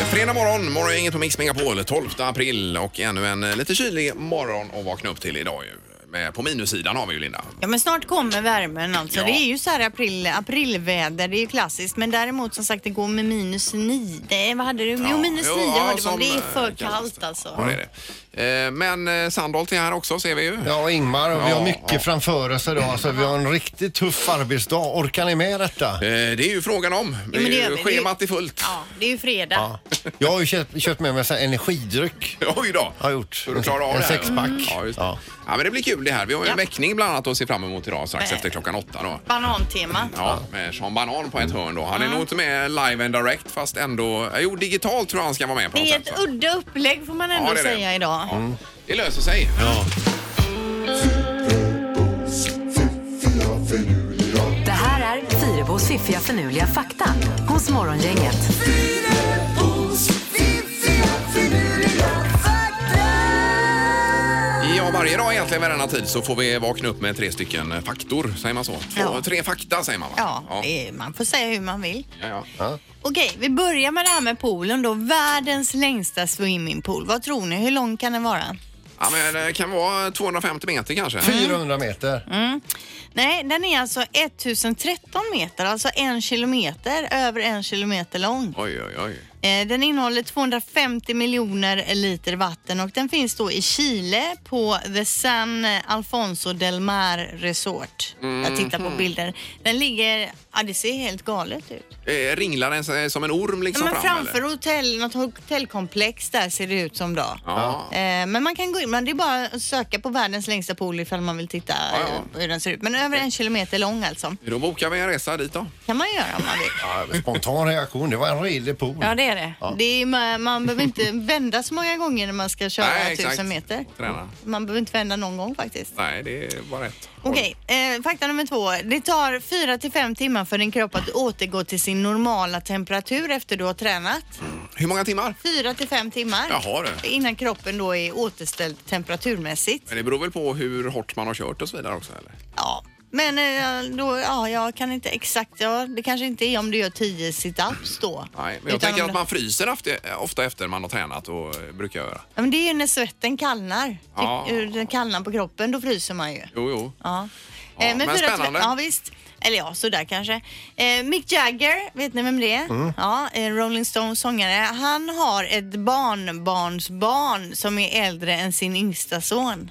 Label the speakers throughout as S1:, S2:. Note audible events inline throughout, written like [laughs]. S1: Eh, Fredag morgon, morgon inget på Mix Megapol, 12 april och ännu en eh, lite kylig morgon att vakna upp till idag ju. Med- På minussidan har vi ju Linda.
S2: Ja men snart kommer värmen alltså.
S1: Ja.
S2: Det är ju så här april, aprilväder, det är ju klassiskt. Men däremot som sagt det går med minus nio. Nej, Vad hade du?
S1: Ja,
S2: Jo minus
S1: jo,
S2: nio
S1: ja,
S2: hörde
S1: som,
S2: man. Det är
S1: eh,
S2: för
S1: kallt.
S2: kallt alltså.
S1: Ja, det är det. Eh, Men eh, Sandholt är här också ser vi ju.
S3: Ja, och Ingmar, och vi
S1: Ja,
S3: har mycket
S1: ja.
S3: framför oss idag. Alltså, vi har en riktigt tuff arbetsdag. Orkar ni med detta?
S1: Eh, Det är ju frågan om.
S2: Jo, men det
S1: Det är
S2: gör
S1: ju
S2: vi.
S1: schemat är fullt. [laughs]
S2: Ja, det är ju fredag.
S3: Ja. Jag har ju köpt, köpt med mig så här energidryck.
S1: Oj då!
S3: Har gjort.
S1: För att klara av
S3: En
S1: det här, ja.
S3: sexpack.
S1: Ja, just det.
S3: Ja.
S1: ja, men det blir kul det här. Vi har ju en
S2: Ja.
S1: väckning bland annat att se fram emot idag strax
S2: Nej.
S1: efter klockan åtta då.
S2: Banantema.
S1: Ja, med Sean Banan på ett hörn då. Han är nog inte med live and direct fast ändå... eh, Jo, digitalt tror jag han ska vara med på något
S2: Det är
S1: sätt.
S2: ett
S1: va?
S2: udda upplägg får man ändå
S1: Ja, det Mm. är det.
S2: säga idag.
S1: Ja. Det löser sig.
S4: Det här är Fyrabos fiffiga förnuliga fakta hos Morgongänget.
S1: Ja, varje dag egentligen vid denna tid så får vi vakna upp med tre stycken faktor, säger man så? Två,
S2: Ja.
S1: Tre fakta säger man va?
S2: Ja,
S1: ja.
S2: det är- man får säga hur man vill.
S1: ja, ja.
S2: Okej, vi börjar med det här med poolen då. Världens längsta swimmingpool. Vad tror ni? Hur lång kan den vara?
S1: ja men det kan vara 250 meter kanske.
S3: 400 meter.
S2: Nej, den är alltså 1013 meter, alltså en kilometer, över en kilometer lång.
S1: Oj, oj, oj.
S2: Eh, Den innehåller 250 miljoner liter vatten och den finns då i Chile på The San Alfonso del Mar Resort.
S1: Mm.
S2: Jag tittar
S1: Mhm.
S2: på bilder. Den ligger, ja det ser helt galet ut.
S1: Eh, Ringlar den sig som en orm
S2: Ja,
S1: liksom
S2: men
S1: fram? eller?
S2: framför hotell, något hotellkomplex där ser det ut som då.
S1: Ja.
S2: Eh, Men man kan gå in, men det är bara att söka på världens längsta pool ifall man vill titta
S1: ja.
S2: eh, på hur den ser ut. Men över en kilometer lång alltså.
S1: Då bokar vi en resa dit då.
S2: kan man göra om man vill.
S3: Ja, spontan reaktion. Det var en redig pool.
S2: det är det. det är, man, man behöver inte vända så många gånger när man ska köra
S1: Nej, exakt.
S2: 1000 meter.
S1: Träna.
S2: Man behöver inte vända någon gång faktiskt.
S1: Nej, det var rätt.
S2: Okej, eh, fakta nummer två. Det tar 4 till 5 timmar för din kropp att återgå till sin normala temperatur efter du har tränat.
S1: Hur många timmar?
S2: 4 till 5 timmar
S1: Jaha, du.
S2: innan kroppen då är återställd temperaturmässigt.
S1: Men det beror väl på hur hårt man har kört och så vidare också eller?
S2: Ja. Men eh, då, ja, jag kan inte exakt, ja, det kanske inte är om du gör 10 situps då.
S1: Nej, men jag
S2: Utan
S1: tänker
S2: om
S1: att
S2: du-
S1: man fryser efter- ofta efter man har tränat och eh, brukar göra.
S2: Ja, men det är ju när svetten kallnar. Ty-
S1: Ja.
S2: hur Den kallnar på kroppen, då fryser man ju.
S1: Jo, jo.
S2: Ja.
S1: Ja,
S2: Eh,
S1: men
S2: fyra till-
S1: spännande.
S2: Ja, visst. Eller ja, sådär kanske. Eh, Mick Jagger, vet ni vem det är?
S1: Mm.
S2: Ja, eh, Rolling Stones sångare. Han har ett barnbarnsbarn som är äldre än sin yngsta son.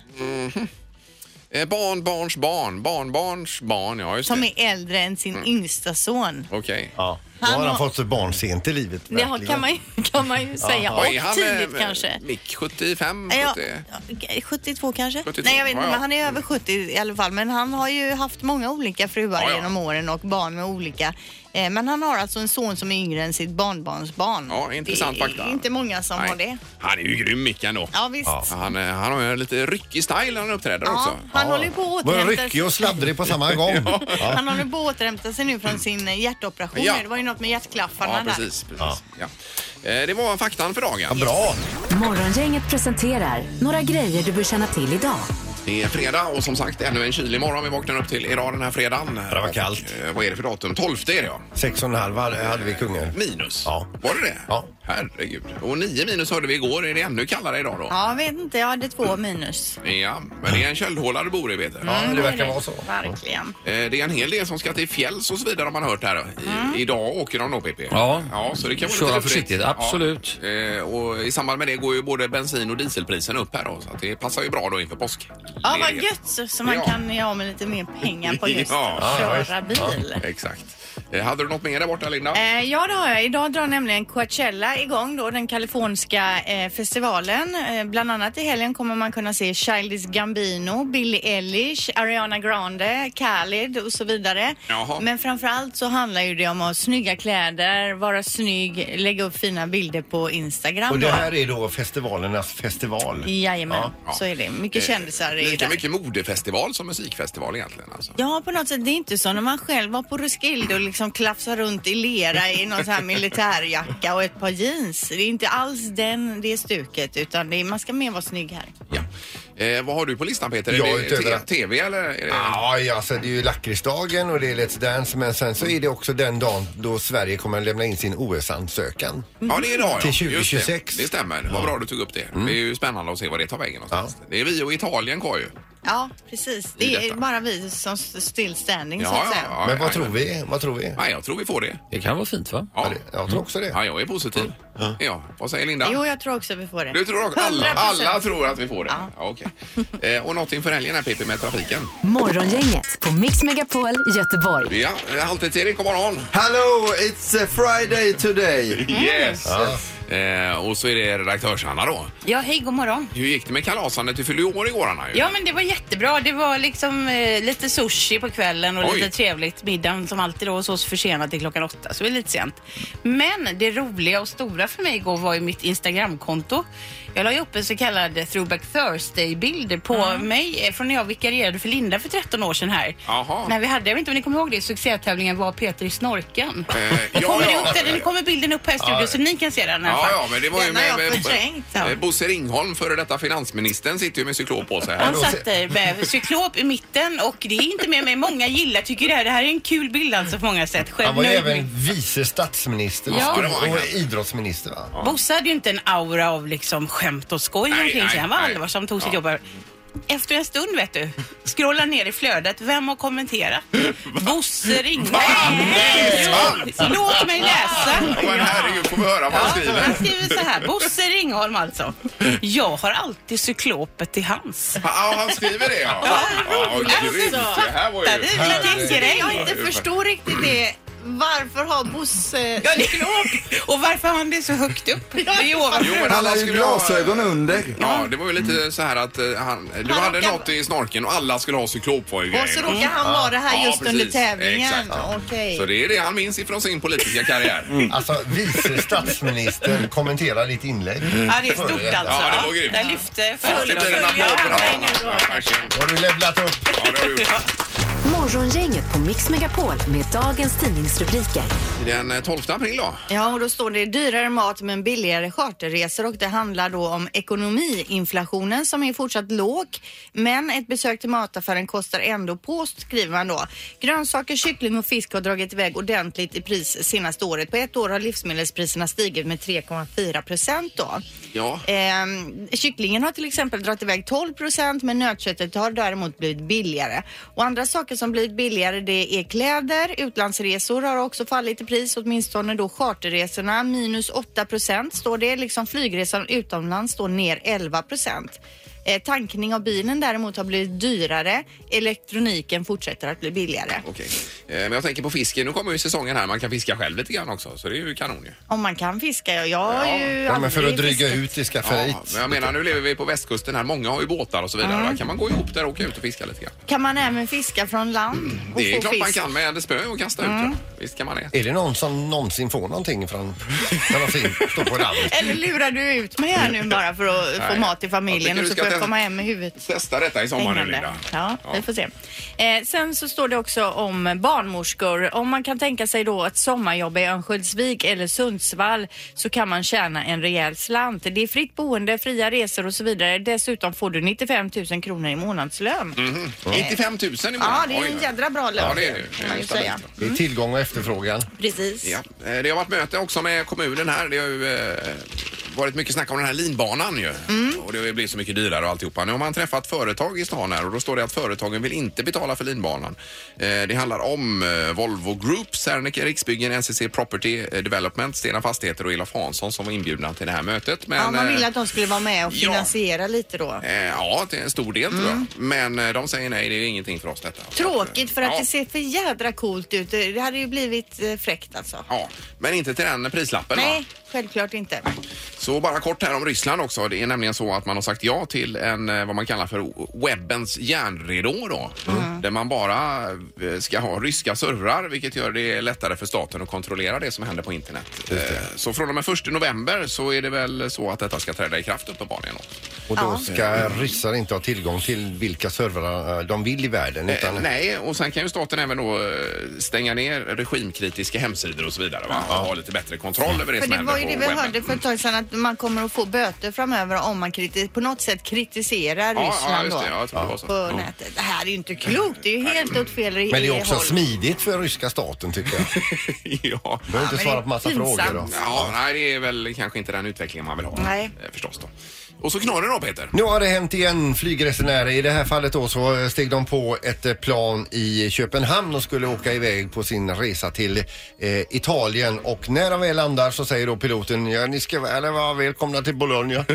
S1: Eh, Barn, barns barn, barnbarns barn, ja just
S2: Som
S1: det.
S2: är äldre än sin
S1: Mm.
S2: yngsta son.
S1: Okej.
S3: Ja. Då har
S2: Han
S3: han
S2: har-
S3: fått ett barn sent i livet.
S2: Det har- kan man, ju-
S1: [laughs]
S2: kan man ju säga.
S1: Vad är
S2: Och
S1: han,
S2: tidigt
S1: eh,
S2: kanske.
S1: Mick 75,
S2: Ja,
S1: 70?
S2: ja, 72 kanske?
S1: 72,
S2: Nej, jag vet
S1: ja,
S2: inte,
S1: Mm. ja.
S2: men han är över 70 i alla fall. Men han har ju haft många olika fruar
S1: Ja, ja.
S2: genom åren och barn med olika. Eh, men han har alltså en son som är yngre än sitt barnbarnsbarn.
S1: Ja, intressant
S2: det är
S1: fakta.
S2: inte många som
S1: Nej.
S2: har det.
S1: Han är ju grym Mick ändå.
S2: Ja, visst. Ja.
S1: Han, eh, han har ju en lite ryckig style när han uppträder också.
S2: han håller ju på att
S3: Var
S2: återhämta
S3: ryckig och sladdrig
S1: [laughs]
S3: på samma gång. ja.
S2: Han håller på att återhämta sig nu från sin eh, hjärtoperation.
S1: Ja.
S2: Det var ju något med hjärtklaffarna
S1: Ja,
S2: där.
S1: precis. precis. Ja. Eh, Det var faktan för dagen.
S3: Bra!
S4: Morgongänget presenterar några grejer du bör känna till idag.
S1: Det är fredag och som sagt ännu en kylig morgon vi vaknar upp till idag den här fredagen.
S3: det var kallt.
S1: Och, eh, vad är det för datum? 12 är det ja.
S3: Sex och en halv hade vi kungen.
S1: Minus.
S3: Ja.
S1: Var det det?
S3: Ja.
S1: Herregud. Och 9 minus hörde vi igår. Är det ännu kallare idag då?
S2: Ja, jag vet inte. Jag hade två minus.
S1: Ja, men det är en köldhåla du bor i vet du.
S3: Ja, det verkar vara så.
S2: Verkligen.
S1: Eh, Det är en hel del som ska till fjälls och så vidare har man hört här. I, Idag åker de då PP.
S5: Mm. Ja.
S1: ja så det kan vara
S5: Köra
S1: lite lurigt.
S5: försiktigt, absolut.
S1: Ja. Eh, Och i samband med det går ju både bensin och dieselprisen upp här då, så att det passar ju bra då inför påsk.
S2: Ja, vad gött så så man
S1: Ja.
S2: kan göra av med lite mer pengar på
S1: [laughs]
S2: just
S1: Ja.
S2: att köra bil.
S1: Exakt. Eh, Hade du något mer där borta Linda?
S2: Eh, ja, det har jag. Idag drar nämligen Coachella igång, då, den kaliforniska eh, festivalen. Eh, bland annat i helgen kommer man kunna se Childish Gambino, Billie Eilish, Ariana Grande, Khalid och så vidare.
S1: Jaha.
S2: Men framför allt så handlar ju det om att ha snygga kläder, vara snygg, lägga upp fina bilder på Instagram.
S3: Och det
S2: då.
S3: här är då festivalernas festival.
S2: Jajamän,
S1: Ja. Eh,
S2: så är det. Mycket kändisar är
S1: Lika
S2: där.
S1: mycket modefestival som musikfestival egentligen alltså.
S2: Ja, på något sätt. Det är inte så när man själv var på Roskilde och
S6: liksom klafsa runt i lera i någon
S1: [laughs]
S6: sån här militärjacka och ett par jeans. Det är inte alls den, det stuket utan det är, man ska mer vara snygg här.
S5: Mm.
S1: Ja. Eh, vad har du på listan Peter?
S3: Ja,
S1: är det
S3: utöver
S1: te-
S3: att-
S1: tv eller? Är det...
S3: Ja, ja, alltså det är ju lakritsdagen och det är Let's Dance men sen så är det också den dagen då Sverige kommer att lämna in sin OS-ansökan.
S1: Ja, det är idag. Ja.
S3: Till
S1: Just
S3: 2026.
S1: Det. det stämmer. Vad bra du tog upp det. Det är ju spännande att se vad det tar vägen någonstans. Det är vi och Italien kvar ju.
S6: Ja, precis.
S1: I
S6: Det är
S1: detta.
S6: bara vi som s- still standing så att säga.
S3: Men vad
S1: ja,
S3: tror
S1: ja.
S3: vi? Vad tror vi?
S1: Nej, jag tror vi får det.
S5: Det kan vara fint va?
S1: Ja,
S3: Ja, det- Jag tror också det.
S1: ja jag är positiv. Ja, vad säger Linda?
S6: Jo, jag tror också vi får det.
S1: Du tror också? Alla,
S6: 100%.
S1: alla tror att vi får det? Ja. okej. Eh, och något inför helgen här Pippi med trafiken?
S4: Morgongänget på Mix Megapol Göteborg.
S1: Ja, eh, Halvtids-Erik, god morgon!
S7: Hello, it's a Friday today.
S1: Yes! Eh, och så är det redaktörs-Hanna då.
S2: Ja, hej, god morgon.
S1: Hur gick det med kalasandet? Du fyllde ju år igår Anna. ju.
S2: Ja, men det var jättebra. Det var liksom eh, lite sushi på kvällen och
S1: Oj.
S2: lite trevligt. Middagen som alltid då och så försenad till klockan åtta, så det är lite sent. Men det roliga och stora för mig igår var ju mitt Instagramkonto. Jag la ju upp en så kallad Throwback Thursday-bild på mig eh, från när jag vikarierade för Linda för 13 år sedan här.
S1: Jaha.
S2: När vi hade, jag vet inte om ni kommer ihåg det, succétävlingen Var Peter i snorken?
S1: Eh, ja,
S2: kommer det
S1: ja.
S2: upp där? Nu kommer bilden upp här i studion så ni kan se den i alla
S1: Ja,
S2: fall.
S1: ja, men det var ju
S6: Den har
S1: med,
S6: jag
S1: med,
S6: förträngt, ja.
S1: eh, Bosse Ringholm, före detta finansministern, sitter ju med cyklop på sig här.
S2: Han satt där med cyklop i mitten och det är inte med mig. Många gillar, tycker det här, det här är en kul bild alltså på många sätt. Själv
S3: Han var ju
S2: nöjd
S3: även
S2: med-
S3: vice statsminister och,
S1: Ja.
S3: stor-
S1: Ja, det var han,
S3: och
S1: ja.
S3: idrottsminister va?
S2: Bosse hade ju inte en aura av liksom skämt och skoj
S1: Nej,
S2: omkring
S1: nej,
S2: sig. Han var
S1: nej.
S2: allvar som tog sitt
S1: Ja.
S2: jobb. här. Efter en stund vet du, scrollar ner i flödet. Vem har kommenterat? Bosse ringde. Nej! Låt mig läsa.
S1: Ja, men herregud, får vi höra vad han
S2: Ja,
S1: skriver?
S2: han skriver så här, Bosse Ringholm alltså. Jag har alltid cyklopet till hands. alltså,
S1: Ja, han skriver det ja. ja grymt. Det här var
S2: Fattar du
S1: ju...
S2: vilken
S6: Det
S2: grej?
S6: jag inte förstår riktigt det. Varför har Bosse...
S2: Ja, det är klart. Och varför har han det så högt upp? Det är ju
S1: Jo,
S2: ovanför.
S1: men
S7: Han har ju
S1: skulle ha-
S7: glasögon under.
S1: Ja, det var ju lite så här att eh, han, du
S6: Han
S1: hade
S6: råkar-
S1: något i snorken och alla skulle ha cyklop var ju
S6: Och så
S1: grejen.
S6: råkar han vara här
S1: Ja,
S6: just
S1: precis.
S6: under tävlingen.
S1: Exakt. Ja.
S6: Okej.
S1: Så det är det han minns ifrån sin politiska karriär.
S7: Mm.
S3: Alltså vice statsministern kommenterar ditt inlägg.
S2: Ja, det är stort alltså.
S1: Ja, det var grymt.
S2: Jag lyfte
S1: Ja, det blir en applåd för honom. Ja, verkligen.
S3: Har du levlat upp?
S1: Ja, det har du gjort.
S4: Morgongänget på Mix Megapol med dagens tidningsrubriker.
S1: Den eh, 12 april då?
S6: Ja, och då står det dyrare mat men billigare charterresor och det handlar då om ekonomiinflationen som är fortsatt låg. Men ett besök till mataffären kostar ändå på, skriver man då. Grönsaker, kyckling och fisk har dragit iväg ordentligt i pris senaste året. På ett år har livsmedelspriserna stigit med 3,4 procent då.
S1: Ja.
S6: Ehm, kycklingen har till exempel dragit iväg 12 procent men nötköttet har däremot blivit billigare. Och andra saker som blivit billigare det är kläder, utlandsresor har också fallit i pris, åtminstone då charterresorna minus 8 procent står det. Liksom flygresan utomlands står ner 11 procent. Eh, tankning av bilen däremot har blivit dyrare. Elektroniken fortsätter att bli billigare.
S1: Okej. Eh, Men jag tänker på fisken. Nu kommer ju säsongen här. Man kan fiska själv lite grann också. Så det är ju kanon ju.
S6: Om man kan fiska, ja. Jag har
S1: Ja,
S6: ju
S3: Ja, men för att
S6: aldrig
S3: dryga
S6: fiskat.
S3: ut i
S1: Ja,
S3: skafferiet.
S1: men jag menar nu lever vi på västkusten här. Många har ju båtar och så vidare. Där kan man gå ihop där och åka ut och fiska lite grann.
S6: Kan man även fiska från land och
S1: Det är
S6: få
S1: klart
S6: fisk?
S1: man kan med spö och kasta ut. Ja. Visst kan man det.
S3: Är det någon som någonsin får någonting från när de ser- står på land?
S6: [laughs] Eller lurar du ut mig här nu bara för att
S1: Nej.
S6: få mat i
S1: Jag
S6: familjen
S1: tycker
S6: och
S1: du
S6: så
S1: ska
S6: får jag
S1: testa-
S6: komma hem med huvudet?
S1: Testa detta i sommar nu
S6: hängande?
S1: Linda.
S6: Ja, vi får se. Eh, sen så står det också om barnmorskor. Om man kan tänka sig då ett sommarjobb i Örnsköldsvik eller Sundsvall så kan man tjäna en rejäl slant. Det är fritt boende, fria resor och så vidare. Dessutom får du 95 000 kronor i månadslön.
S1: 95 000 Mm. i månaden.
S6: Ja, det är
S1: Mhm. Oj,
S6: ju en
S1: nej.
S6: jädra bra lön.
S1: Ja, det är det ju.
S6: kan man ju
S1: Det är
S6: säga.
S1: stabilt.
S3: Det är tillgång och efterfrågan.
S6: Precis.
S1: Ja. Eh, Det har varit möte också med kommunen här. Det har ju eh, varit mycket snack om den här linbanan ju.
S6: Mm.
S1: Och det blir så mycket dyrare och alltihopa. Nu har man träffat företag i stan här och då står det att företagen vill inte betala för linbanan. Eh, Det handlar om eh, Volvo Group, Serneke, Riksbyggen, NCC Property eh, Development, Stena Fastigheter och Elof Hansson som var inbjudna till det här mötet. Men,
S6: Ja, man
S1: eh,
S6: ville att de skulle vara med och
S1: ja.
S6: finansiera lite då.
S1: eh, Ja, till en stor del tror jag. Men eh, de säger nej, det är ingenting för oss detta.
S6: Mm. Tråkigt för att
S1: Ja.
S6: det ser för jädra coolt ut. Det hade ju blivit eh, fräckt alltså.
S1: Ja, men inte till den prislappen va?
S6: Nej, självklart inte.
S1: Så bara kort här om Ryssland också. Det är nämligen så att man har sagt ja till en eh, vad man kallar för webbens järnridå då.
S6: Mm.
S1: Mm. Där man bara eh, ska ha ryska servrar vilket gör det lättare för staten att kontrollera det som händer på internet. Eh, Så från och med 1 november så är det väl så att detta ska träda i kraft uppenbarligen. Också.
S3: Och då
S6: Ja.
S3: ska ryssar inte ha tillgång till vilka servrar eh, de vill i världen.
S1: Eh,
S3: Utan
S1: Nej, och sen kan ju staten även då eh, stänga ner regimkritiska hemsidor och så vidare va? och ha lite bättre kontroll över det
S6: För
S1: som H&M. händer
S6: det var ju
S1: på
S6: det vi
S1: webben. Mm.
S6: hörde för ett tag sedan att man kommer att få böter framöver om man kriti- på något sätt kritiserar
S1: Ja, ja,
S6: Ryssland
S1: just det. Ja,
S6: då.
S1: jag tror det var så.
S6: På nätet. Det här är ju inte klokt. Det är ju helt åt fel
S3: men det är också
S6: håll.
S3: smidigt för ryska staten tycker jag.
S1: [laughs] [laughs] ja.
S3: Du behöver inte svara på massa
S2: pinsamt.
S3: frågor då.
S1: ja, nej det är väl kanske inte den utvecklingen man vill ha.
S6: Nej.
S1: eh, Förstås då. Och så knorren då Peter.
S3: Nu har det hänt igen flygresenärer. I det här fallet då så steg de på ett eh, plan i Köpenhamn och skulle åka iväg på sin resa till eh, Italien. Och när de väl landar så säger då piloten ja, ni ska väl vara välkomna till Bologna.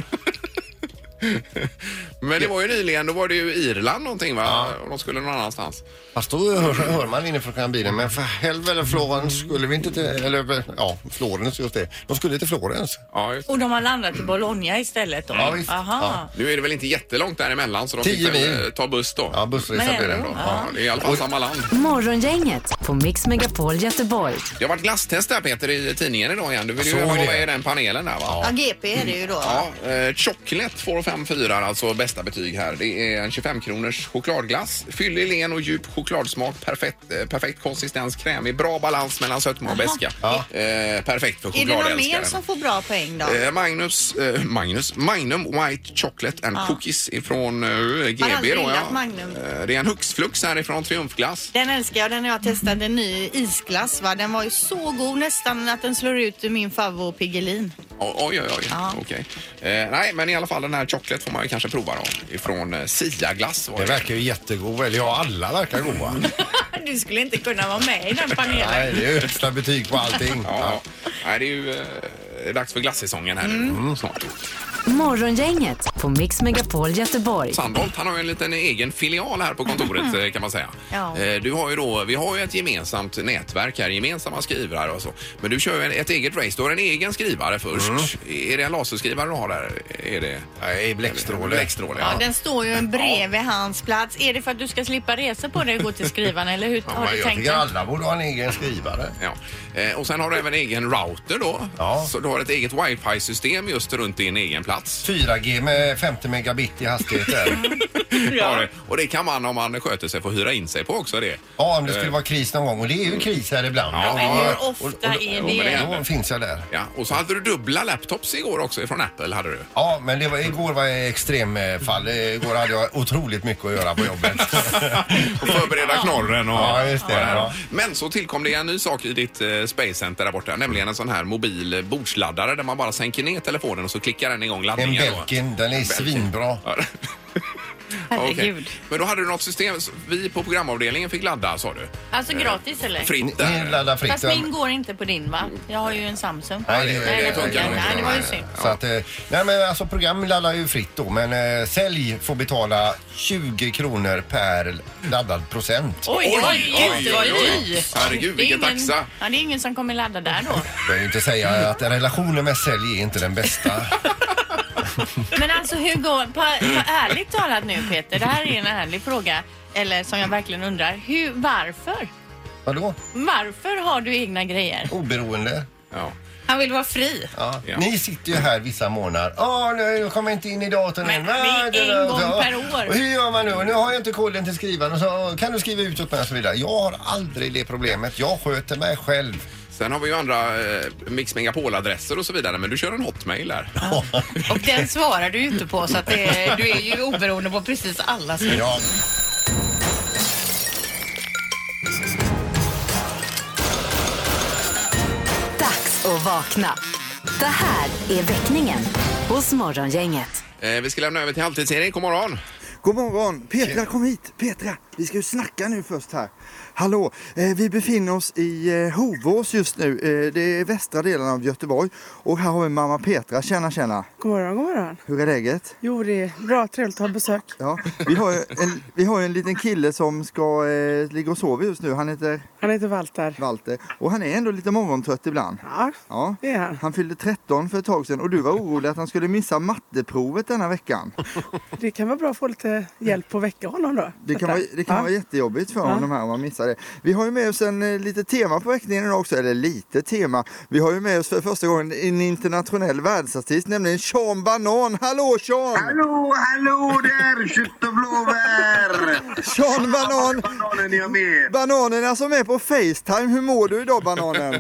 S1: Men det var ju nyligen, då var det ju Irland någonting va? Och de skulle någon annanstans.
S3: Fast då hör, hör man inifrån den bilen, men för helvete Florens skulle vi inte till, eller ja, Florens just det. De skulle till Florens.
S1: Ja, just.
S5: Och de har landat i Bologna istället då?
S3: Ja, visst.
S5: Mm. Aha.
S1: Nu är det väl inte jättelångt däremellan så de
S3: Tio
S1: fick väl
S3: mil.
S1: eh, ta buss då.
S3: Ja, bussresa
S5: Men
S3: blir det.
S5: ändå.
S1: Ja, det är i alla fall samma land.
S4: Morgongänget på Mix Megapol Göteborg.
S1: Det har varit glasstest där Peter i tidningen idag igen. Du vill ju
S3: Jag såg
S1: vara
S3: det.
S1: med i den panelen där va?
S6: Ja, GP är det ju då.
S1: Ja, eh, Chocklet får fem fyrar, alltså bästa betyg här. Det är en 25-kronors chokladglass. Fyllig, len och djup chokladsmak. Perfekt, eh, perfekt konsistens, krämig, bra balans mellan sötma och beska. Eh, perfekt för
S6: Är det någon mer
S1: chokladälskaren.
S6: som får bra poäng då?
S1: Eh, Magnus, eh, Magnus, Magnum White Chocolate and Cookies ifrån eh, GB.
S6: aldrig
S1: då,
S6: gillat Magnum.
S1: Eh, det är en hux flux här ifrån Triumfglass.
S6: Den älskar jag. Den har jag testat en ny isglass. Va? Den var ju så god nästan att den slår ut min favvo Piggelin.
S1: O- Oj, oj, oj. Okej. Eh, nej, men i alla fall den här chocolate får man ju kanske prova då. Ifrån eh, Sia Glass. var
S3: Det verkar ju jättegod, eller ja, alla verkar goda.
S5: [laughs] Du skulle inte kunna vara med i den panelen.
S3: Nej, det är ju högsta betyg på allting.
S1: Ja, ja. Nej, det är ju eh, dags för glassäsongen här nu Mm, snart.
S4: Morgongänget på Mix Megapol Göteborg.
S1: Sandholt, han har ju en liten egen filial här på kontoret eh, kan man säga.
S6: Ja.
S1: Eh, Du har ju då, vi har ju ett gemensamt nätverk här, gemensamma skrivare och så. Men du kör ju en- ett eget race. Du har en egen skrivare först. Är det en laserskrivare du har där? Är det?
S3: Nej, bläckstråle.
S1: Bläckstråle,
S6: Ja,
S1: ja.
S6: den står ju en bredvid hans plats.
S5: Är det för att du ska slippa resa på dig och gå till skrivaren eller hur
S3: Ja,
S5: har
S3: men
S5: du
S3: jag
S5: tänkt?
S3: tycker
S5: det?
S3: alla borde ha en egen skrivare.
S1: Ja. Eh, Och sen har du även en egen router då.
S3: Ja.
S1: Så du har ett eget wifi-system just runt din egen plats.
S3: 4G med 50 megabit i hastighet där.
S1: [laughs] Har du. Och det kan man om man sköter sig få hyra in sig på också det.
S3: Ja, om det skulle vara kris någon gång. Och det är ju kris här ibland.
S1: Ja,
S5: Men
S1: ja.
S5: hur ofta är
S1: jo, men det
S5: det?
S1: är-
S3: Då finns jag där.
S1: Ja, och så hade du dubbla laptops igår också ifrån Apple hade du.
S3: Ja, men det var, igår var jag extremfall. Igår hade jag otroligt mycket att göra på jobbet.
S5: [laughs]
S1: Och förbereda knorren och...
S3: Ja, just det,
S1: och här.
S3: ja.
S1: Men så tillkom det en ny sak i ditt eh, Space Center där borta, nämligen en sån här mobil eh, bordsladdare där man bara sänker ner telefonen och så klickar den igång
S3: En
S1: laddningen. då.
S3: Belkin, den är svinbra.
S1: Ja. Okej.
S5: Herregud.
S1: Men då hade du något system, så vi på programavdelningen fick ladda sa du?
S5: Alltså gratis eller?
S1: Fritt
S3: Ni
S1: där.
S3: laddar fritt.
S5: Fast min går inte på din va? Jag har ju en Samsung.
S3: Nej, det-
S1: det
S5: nej,
S1: funkar
S5: nej,
S1: inte.
S5: nej, det var ju synd.
S3: Så att, eh, nej men alltså program laddar ju fritt då men eh, sälj får betala 20 kronor per laddad procent.
S5: Oj, det var ju
S1: Oj, oj, oj, oj.
S5: jättedyrt.
S1: Herregud,
S5: Det är
S1: vilken
S5: ingen-
S1: taxa.
S5: Ja, det är ingen som kommer ladda där då.
S3: Jag vill inte säga att relationen med sälj är inte den bästa.
S5: Men alltså hur går, på, på ärligt talat nu Peter, det här är en ärlig fråga, eller som jag verkligen undrar, hur, varför?
S3: Vadå?
S5: Varför har du egna grejer?
S3: Oberoende?
S1: Ja.
S2: Han vill vara fri.
S3: Ja.
S1: Ja.
S3: Ni sitter ju här vissa månader. Ja, nu jag kommer inte in i datorn
S5: Men
S3: än.
S5: det är
S3: Nej, det
S5: en
S3: där-
S5: gång
S3: ja.
S5: per år.
S3: Och hur gör man nu? Nu har jag inte koden till skrivaren. Och så, kan du skriva ut åt mig och så vidare. Jag har aldrig det problemet. Jag sköter mig själv.
S1: Sen har vi ju andra eh, Mix Megapol-adresser och så vidare, men du kör en hotmail där.
S2: Och den svarar du ju inte på så att det är, du är ju oberoende på precis alla. som-
S3: Ja.
S4: Dags att vakna. Det här är väckningen hos Morgongänget.
S1: Eh, vi ska lämna över till halvtids-Erik, god morgon.
S8: God morgon! Petra, kom hit! Petra, vi ska ju snacka nu först här. Hallå! Eh, vi befinner oss i eh, Hovås just nu. Eh, det är västra delen av Göteborg. Och här har vi mamma Petra. Tjena, tjena!
S9: God morgon, god morgon.
S8: Hur är läget?
S9: Jo, det är bra. Trevligt att ha besök.
S8: Ja, vi har ju en, vi har ju en liten kille som ska eh, ligga och sova just nu. Han heter
S9: Han heter Walter.
S8: Walter. Och han är ändå lite morgontrött ibland.
S9: Ja,
S8: Ja.
S9: det är han.
S8: Han fyllde 13 för ett tag sedan och du var orolig att han skulle missa matteprovet denna veckan.
S9: Det kan vara bra att få lite lite hjälp på väcka honom då.
S8: Det
S9: Detta.
S8: kan, vara,
S10: [laughs]
S8: det kan
S9: Ja.
S8: vara jättejobbigt för honom här om man missar det. Vi har ju med oss en eh, lite tema på väckningen idag också, eller lite tema. Vi har ju med oss för första gången en internationell världsartist, nämligen Sean Banan. Hallå Sean!
S11: Hallå, hallå där, kött och blåbär!
S8: Sean Banan!
S11: Bananen är jag med.
S8: Bananen är alltså med på Facetime. Hur mår du idag Bananen?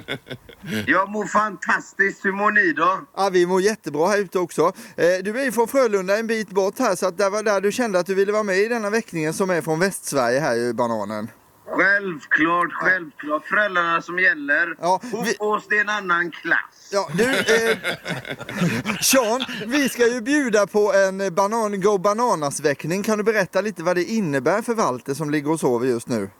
S11: Jag mår fantastiskt. Hur mår ni då?
S8: Ja, vi mår jättebra här ute också. Eh, Du är ju från Frölunda en bit bort här så att det var där du kände att du ville vara med i denna väckningen som är från Västsverige här ju, Bananen.
S11: Självklart, självklart. Föräldrarna som gäller.
S8: Ja, vi-
S11: Hoppas det är en annan klass.
S8: Ja, du, eh, [laughs] Sean, vi ska ju bjuda på en banan, Go Bananas-väckning. Kan du berätta lite vad det innebär för Walter som ligger och sover just nu?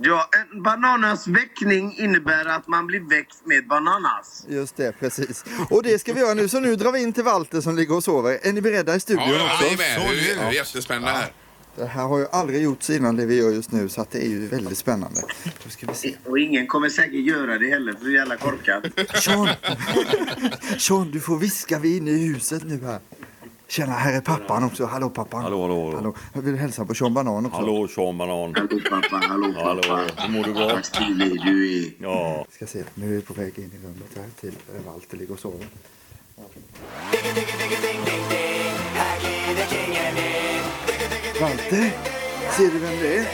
S11: Ja, en bananas väckning innebär att man blir väckt med bananas.
S8: Just det, precis. Och det ska vi göra nu, så nu drar vi in till Walter som ligger och sover. Är ni beredda i studion
S1: Ja, ja,
S8: också?
S1: vi är med.
S3: Så
S1: Det är
S3: nu.
S1: jättespännande här.
S8: Det här har ju aldrig gjorts innan det vi gör just nu, så att det är ju väldigt spännande. Då ska vi se.
S11: Och ingen kommer säkert göra det heller, för det är jävla korkat.
S8: Sean! Sean, du får viska. Vi är inne i huset nu här. Tjena, här är pappan också. Hallå pappan.
S12: Hallå, hallå, hallå.
S8: Jag vill hälsa på Sean Banan också.
S12: Hallå Sean Banan.
S11: Hallå pappa, hallå
S12: Hallå,
S11: pappa.
S12: hur mår du bra?
S11: Vad stilig du är.
S12: Ja.
S8: Ska se, nu är vi på väg in i rummet här till där Walter ligger och sover. Walter, ser du vem det är?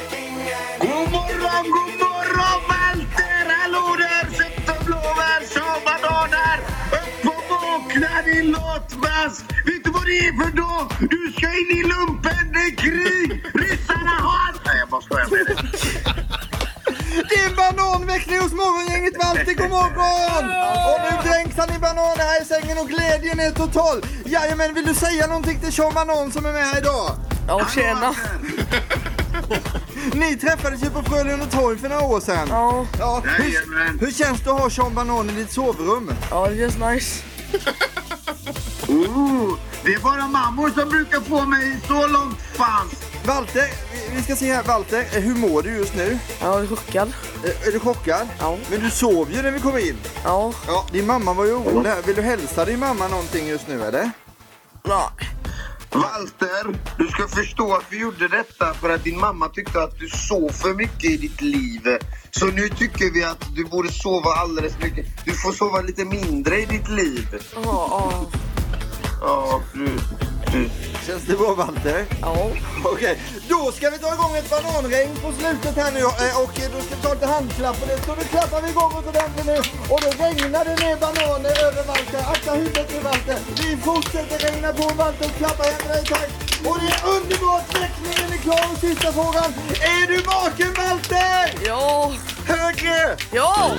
S11: God morgon, god morgon Walter! Hallå där, sätt och blåbär, sovbananer! Upp och vakna din latmask! Vet du vad det är för dag? Du ska in i lumpen, det är krig! Ryssarna har... Nej, jag bara skojar med dig.
S8: Det är en bananväckning hos morgongänget Walter, god morgon! Och nu dränks han i bananer här i sängen och glädjen är total. Jajamän, vill du säga någonting till Sean Banan som är med här idag?
S9: Ja, tjena.
S8: Ni träffades ju på Frölunda torg för några år sedan.
S9: Ja,
S8: Ja,
S11: Jajamän.
S8: hur, hur känns det att ha Sean Banan i ditt sovrum?
S9: ja, det känns nice.
S11: Oh, det är bara mammor som brukar få mig så långt fast.
S8: Walter, vi- vi ska se här. Walter, eh, hur mår du just nu?
S9: Ja, jag är chockad.
S8: Eh, Är du chockad?
S9: Ja.
S8: Men du sov ju när vi kom in.
S9: Ja,
S8: Ja. Din mamma var ju orolig här. Vill du hälsa din mamma någonting just nu eller?
S9: nej.
S11: Walter, du ska förstå att vi gjorde detta för att din mamma tyckte att du sov för mycket i ditt liv. Så nu tycker vi att du borde sova alldeles mycket. Du får sova lite mindre i ditt liv.
S9: Ja, ja.
S11: Ja, du, du.
S8: Känns det bra Walter?
S9: ja.
S8: Okej, då ska vi ta igång ett bananregn på slutet här nu eh, och eh, då ska vi ta lite handklappar nu. Så nu klappar vi igång åt ordentligt nu och då regnar det ner bananer över Walter. Akta huvudet nu Walter. Vi fortsätter regna på Walter och klappa händerna i takt. Och det är underbart, väckningen är klar och sista frågan. Är du vaken Walter?
S9: Ja,
S8: Högre!
S9: ja.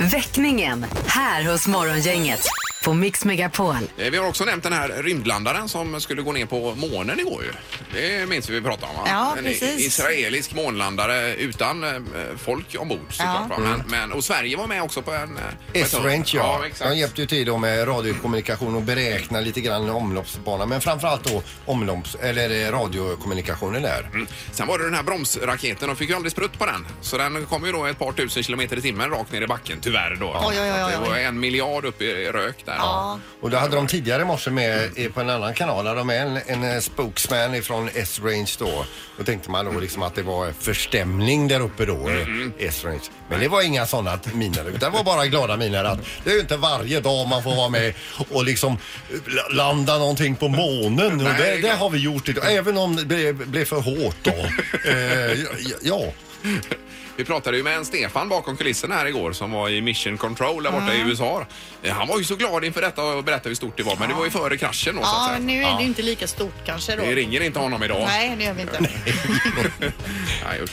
S4: Väckningen här hos Morgongänget på Mix Megapol.
S1: Eh, Vi har också nämnt den här rymdlandaren som skulle gå ner på månen igår ju. Det minns vi vi pratade om va?
S6: Ja,
S1: en
S6: precis.
S1: israelisk månlandare utan eh, folk ombord såklart. Va? Men, men, och Sverige var med också på en... eh, på ett-
S3: S-Range ja.
S1: ja
S3: De
S1: exakt.
S3: hjälpte ju till då med radiokommunikation och beräkna lite grann omloppsbanan. Men framförallt då omlopps, eller eh, radiokommunikationen där.
S1: Mm. Sen var det den här bromsraketen, de fick ju aldrig sprutt på den. Så den kom ju då ett par tusen kilometer i timmen rakt ner i backen, tyvärr då.
S6: Oj, oj, oj, oj.
S1: Det var en miljard upp i rök där.
S6: Ja.
S3: Och det hade de tidigare i morse med eh, på en annan kanal. Hade de med en, en eh, spokesman ifrån S-Range då. Då tänkte man då liksom att det var förstämning där uppe då, eh, S-Range. Men det var inga sådana miner utan det var bara glada miner att det är ju inte varje dag man får vara med och liksom eh, la- landa någonting på månen. Och
S1: Nej, det är
S3: det, det
S1: klart.
S3: har vi gjort idag. Även om det blev, blev för hårt då. Eh, ja, ja.
S1: Vi pratade ju med en Stefan bakom kulisserna här igår som var i Mission Control där borta
S6: Mm.
S1: i USA. Eh, Han var ju så glad inför detta och berättade hur stort det var, men det var ju före kraschen då Alltså, så att
S6: Ja,
S1: säga.
S6: nu är det ju inte lika stort kanske då.
S1: Vi ringer inte honom idag.
S6: Nej, det gör vi inte.
S1: [laughs] Nej, usch.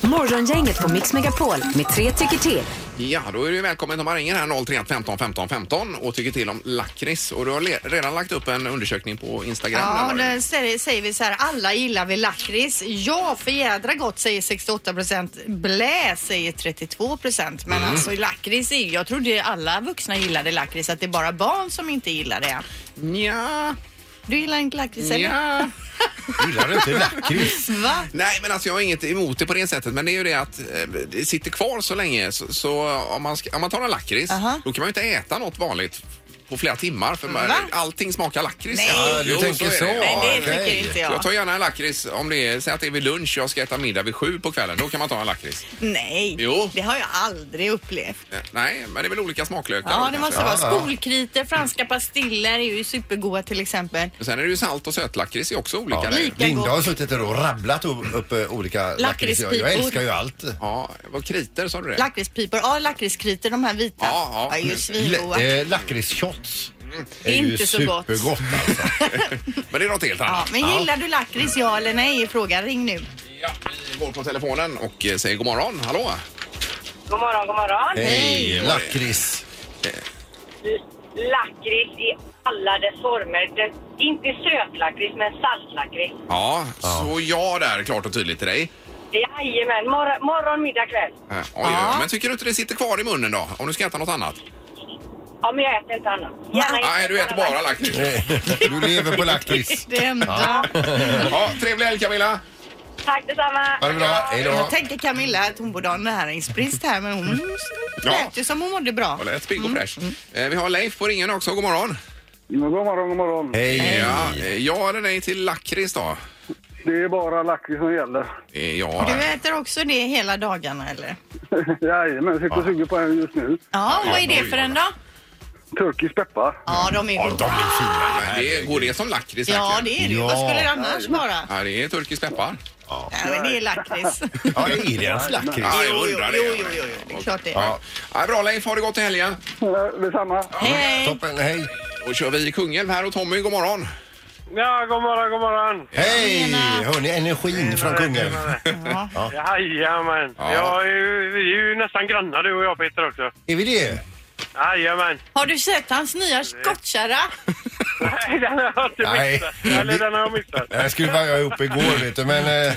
S4: Morgongänget på Mix Megapol med tre tycker till.
S1: ja, då är du välkommen om man ringer här 031 15 15 15 och tycker till om lakrits. Och du har le- redan lagt upp en undersökning på Instagram.
S6: Ja,
S1: där, Malin.
S6: då säger, säger vi så här, alla gillar vi lakrits. Ja, för jädra gott säger 68 procent. Blä säger 32 procent. Men alltså lakrits, är- jag trodde alla vuxna gillade lakrits, att det är bara barn som inte gillar det.
S1: Nja,
S6: Du gillar inte lakrits eller?
S1: nja.
S3: Gillar du inte lakrits?
S6: Va?
S1: Nej, men alltså jag har inget emot det på det sättet. Men det är ju det att eh, det sitter kvar så länge. Så, så om, man ska, om man tar en lakrits,
S6: Aha.
S1: då kan man ju inte äta något vanligt på flera timmar för man,
S6: Va?
S1: allting smakar lakrits.
S6: Nej. Ja, du tänker
S1: är
S6: så.
S1: det.
S6: Nej, det tycker Okej. inte jag.
S1: Jag tar gärna en lakrits om det är, säg att det är vid lunch, jag ska äta middag vid sju på kvällen. Då kan man ta en lakrits.
S6: Nej,
S1: Jo.
S6: det har jag aldrig upplevt.
S1: Nej, men det är väl olika smaklökar.
S6: Ja, Mm.
S1: då
S6: det
S1: kanske.
S6: måste vara. Skolkriter, franska pastiller är ju supergoda till exempel.
S1: Men Sen är det ju salt och sötlakrits är också olika.
S6: Ja,
S1: där.
S6: lika
S3: Linda har suttit där och rabblat upp, upp eh, olika lakrits. Jag, jag
S6: Lakritspipor.
S3: älskar ju allt.
S1: Ja, vad kriter sa du det?
S6: Lakritspipor, ja lakritskritor, de här vita.
S1: Ja, ja.
S6: är ju svingoda.
S3: L- eh, Lakritsshots.
S6: Det är inte så gott.
S3: supergott.
S1: [laughs] Men det är något helt
S6: Ja,
S1: annat.
S6: men gillar du lakrits, ja eller nej? Fråga, ring nu.
S1: Ja, vi går på telefonen och eh, säger god morgon. Hallå!
S13: God morgon, god morgon.
S3: Hej!
S6: [laughs]
S3: Lakrits.
S13: L- Lakrits i alla dess former. Den, inte sötlakrits, men saltlakrits.
S1: Ja, så ja där klart och tydligt till dig.
S13: Jajamän, mor- morgon, middag, kväll.
S1: Eh, Oj, ja. Men tycker du inte det sitter kvar i munnen då? Om du ska äta något annat?
S13: Ja, men jag äter inte annat. Gärna
S1: Nej, du äter bara lakrits.
S3: Du lever på lakrits.
S6: Det enda.
S1: Ja, trevlig helg Camilla!
S13: Tack detsamma.
S3: Ha det bra. Hej då.
S6: Jag tänker Camilla att hon borde ha näringsbrist här men hon
S1: Mm. Ja.
S6: lät ju som hon mådde bra.
S1: Ja, lät pigg och fräsch. Eh, Vi har Leif på ringen också. God morgon!
S11: God morgon, god morgon.
S3: Hej!
S1: Ja, eh, ja eller nej till lakrits då?
S11: Det är bara lakrits som gäller.
S1: Eh,
S6: Och
S1: Ja,
S6: du äter också det hela dagarna eller?
S11: Jajamän, sitter och suger på en just nu.
S6: Ja, vad är det för en då?
S11: Turkisk peppar.
S6: Ja, de är goda.
S1: men det, går det som lakrits?
S6: Ja,
S1: verkligen?
S6: det är det ju. Vad skulle det annars vara?
S1: Ja, det är turkisk peppar.
S6: Nej, men det
S1: [laughs]
S6: är lakrits.
S3: Ja, det är deras lakrits.
S1: Ja, jag undrar det.
S6: Jo, jo, jo, jo, det är klart det är.
S1: Ja. Ja, bra Leif, ha det gott i helgen.
S11: Detsamma.
S6: Hej!
S3: Toppen, hej!
S1: Då kör vi i Kungälv här och Tommy, god morgon.
S11: Ja, god morgon, god morgon.
S3: Hej! Hörni, energin från kungen.
S11: Jajamän.
S1: Ja.
S11: Ja, är ju- vi är ju nästan grannar du och jag Peter också.
S3: Är vi det?
S11: Jajamän.
S6: Har du sett hans
S1: [laughs]
S6: nya skottkärra?
S11: [laughs] Nej, den har jag inte
S3: Nej.
S11: missat. Eller den har jag missat.
S3: Den här skruvade jag ihop igår vet du men... Eh,